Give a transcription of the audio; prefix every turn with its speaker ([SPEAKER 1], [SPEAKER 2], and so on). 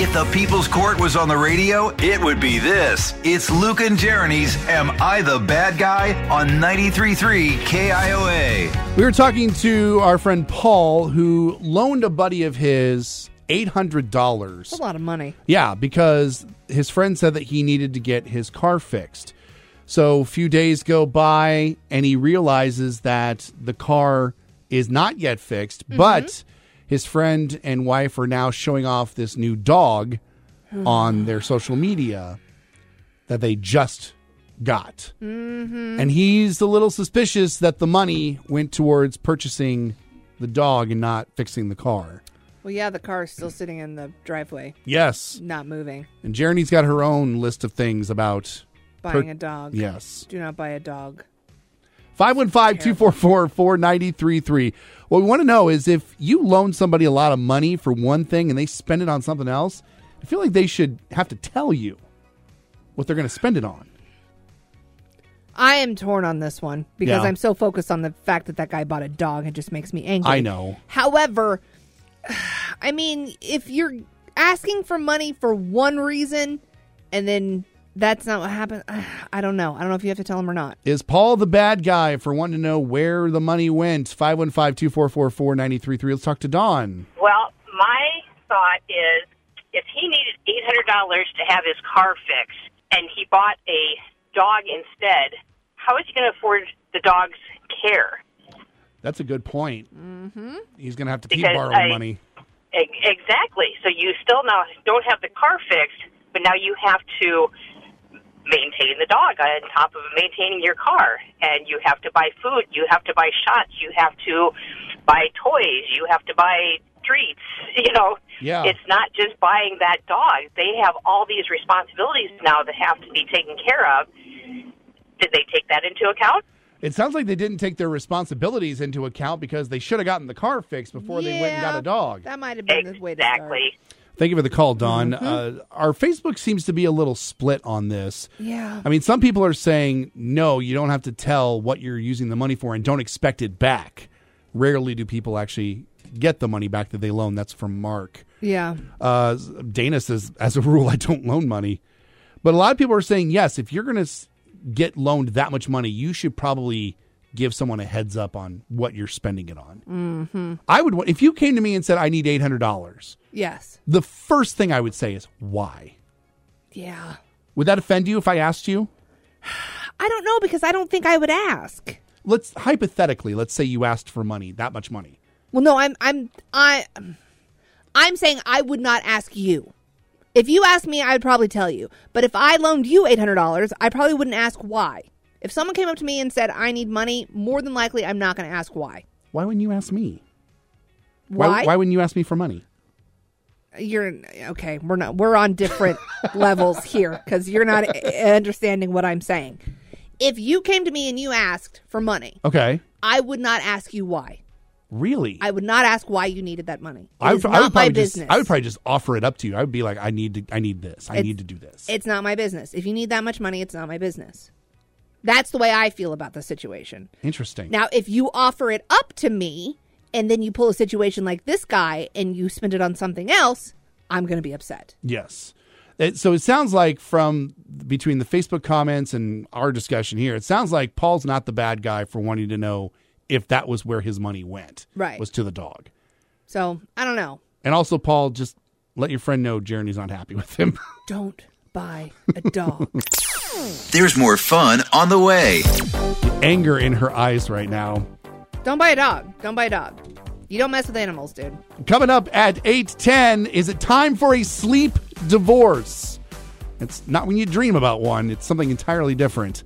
[SPEAKER 1] If the People's Court was on the radio, it would be this. It's Luke and Jeremy's Am I the Bad Guy on 93.3 KIOA.
[SPEAKER 2] We were talking to our friend Paul, who loaned a buddy of his $800.
[SPEAKER 3] That's a lot of money.
[SPEAKER 2] Yeah, because his friend said that he needed to get his car fixed. So a few days go by and he realizes that the car is not yet fixed, but his friend and wife are now showing off this new dog on their social media that they just got. And he's a little suspicious that the money went towards purchasing the dog and not fixing the car.
[SPEAKER 3] Well, yeah, the car is still sitting in the driveway,
[SPEAKER 2] Yes.
[SPEAKER 3] not moving.
[SPEAKER 2] And Jeremy's got her own list of things about
[SPEAKER 3] Buying a dog.
[SPEAKER 2] yes.
[SPEAKER 3] Do not buy a dog.
[SPEAKER 2] 515-244-4933. What we want to know is if you loan somebody a lot of money for one thing and they spend it on something else, I feel like they should have to tell you what they're going to spend it on.
[SPEAKER 3] I am torn on this one because
[SPEAKER 2] Yeah.
[SPEAKER 3] I'm so focused on the fact that that guy bought a dog. It just makes me angry.
[SPEAKER 2] I know.
[SPEAKER 3] However, I mean, if you're asking for money for one reason and then that's not what happened, I don't know. I don't know if you have to tell him or not.
[SPEAKER 2] Is Paul the bad guy for wanting to know where the money went? 515-244-4933. Let's talk to Don.
[SPEAKER 4] Well, my thought is if he needed $800 to have his car fixed and he bought a dog instead, how is he going to afford the dog's care?
[SPEAKER 2] That's a good point. Mm-hmm. He's going to have to keep
[SPEAKER 4] Because
[SPEAKER 2] borrowing
[SPEAKER 4] I-
[SPEAKER 2] money.
[SPEAKER 4] E- Exactly. So you still now don't have the car fixed, but now you have to maintain the dog on top of maintaining your car. And you have to buy food, you have to buy shots, you have to buy toys, you have to buy treats, you know.
[SPEAKER 2] Yeah.
[SPEAKER 4] It's not just buying that dog. They have all these responsibilities now that have to be taken care of. Did they take that into account?
[SPEAKER 2] It sounds like they didn't take their responsibilities into account because they should have gotten the car fixed before they went and got
[SPEAKER 3] Yeah,
[SPEAKER 2] a dog.
[SPEAKER 3] That Mm-hmm. might have been the way to start.
[SPEAKER 4] Exactly.
[SPEAKER 2] Thank you for the call, Don. Uh, our Facebook seems to be a little split on this.
[SPEAKER 3] Yeah.
[SPEAKER 2] I mean, some people are saying, no, you don't have to tell what you're using the money for and don't expect it back. Rarely do people actually get the money back that they loan. That's from Mark.
[SPEAKER 3] Yeah.
[SPEAKER 2] Uh, Dana says, as a rule, I don't loan money. But a lot of people are saying, yes, if you're going to get loaned that much money, you should probably give someone a heads up on what you're spending it on. Mm-hmm. I would, wa- if you came to me and said, I need $800
[SPEAKER 3] Yes.
[SPEAKER 2] the first thing I would say is why.
[SPEAKER 3] Yeah.
[SPEAKER 2] Would that offend you if I asked you?
[SPEAKER 3] I don't know because I don't think I would ask.
[SPEAKER 2] Let's hypothetically, let's say you asked for money, that much money.
[SPEAKER 3] Well, no, I'm I'm I I'm saying I would not ask you. If you asked me, I'd probably tell you. But if I loaned you eight hundred dollars, I probably wouldn't ask why. If someone came up to me and said I need money, more than likely I'm not going to ask why.
[SPEAKER 2] Why wouldn't you ask me?
[SPEAKER 3] Why?
[SPEAKER 2] why wouldn't you ask me for money?
[SPEAKER 3] You're okay. We're not. We're on different levels here because you're not a- understanding what I'm saying. If you came to me and you asked for money,
[SPEAKER 2] Okay.
[SPEAKER 3] I would not ask you why.
[SPEAKER 2] Really?
[SPEAKER 3] I would not ask why you needed that money. It
[SPEAKER 2] I
[SPEAKER 3] is
[SPEAKER 2] would,
[SPEAKER 3] not
[SPEAKER 2] I would
[SPEAKER 3] my
[SPEAKER 2] probably just
[SPEAKER 3] business.
[SPEAKER 2] I would probably just offer it up to you. I would be like, I need to I need this. I need to do this.
[SPEAKER 3] it's not my business. If you need that much money, it's not my business. That's the way I feel about the situation.
[SPEAKER 2] Interesting.
[SPEAKER 3] Now, if you offer it up to me and then you pull a situation like this guy and you spend it on something else, I'm going to be upset.
[SPEAKER 2] Yes. It, so it sounds like from between the Facebook comments and our discussion here, it sounds like Paul's not the bad guy for wanting to know if that was where his money went.
[SPEAKER 3] Right.
[SPEAKER 2] Was to the dog.
[SPEAKER 3] So I don't know.
[SPEAKER 2] And also, Paul, just let your friend know Jeremy's not happy with him.
[SPEAKER 3] Don't buy a dog.
[SPEAKER 1] There's more fun on the way.
[SPEAKER 2] Anger in her eyes right now.
[SPEAKER 3] don't buy a dog. Don't buy a dog. You don't mess with animals, dude.
[SPEAKER 2] Coming up at 8:10, is it time for a sleep divorce? It's not when you dream about one, it's something entirely different.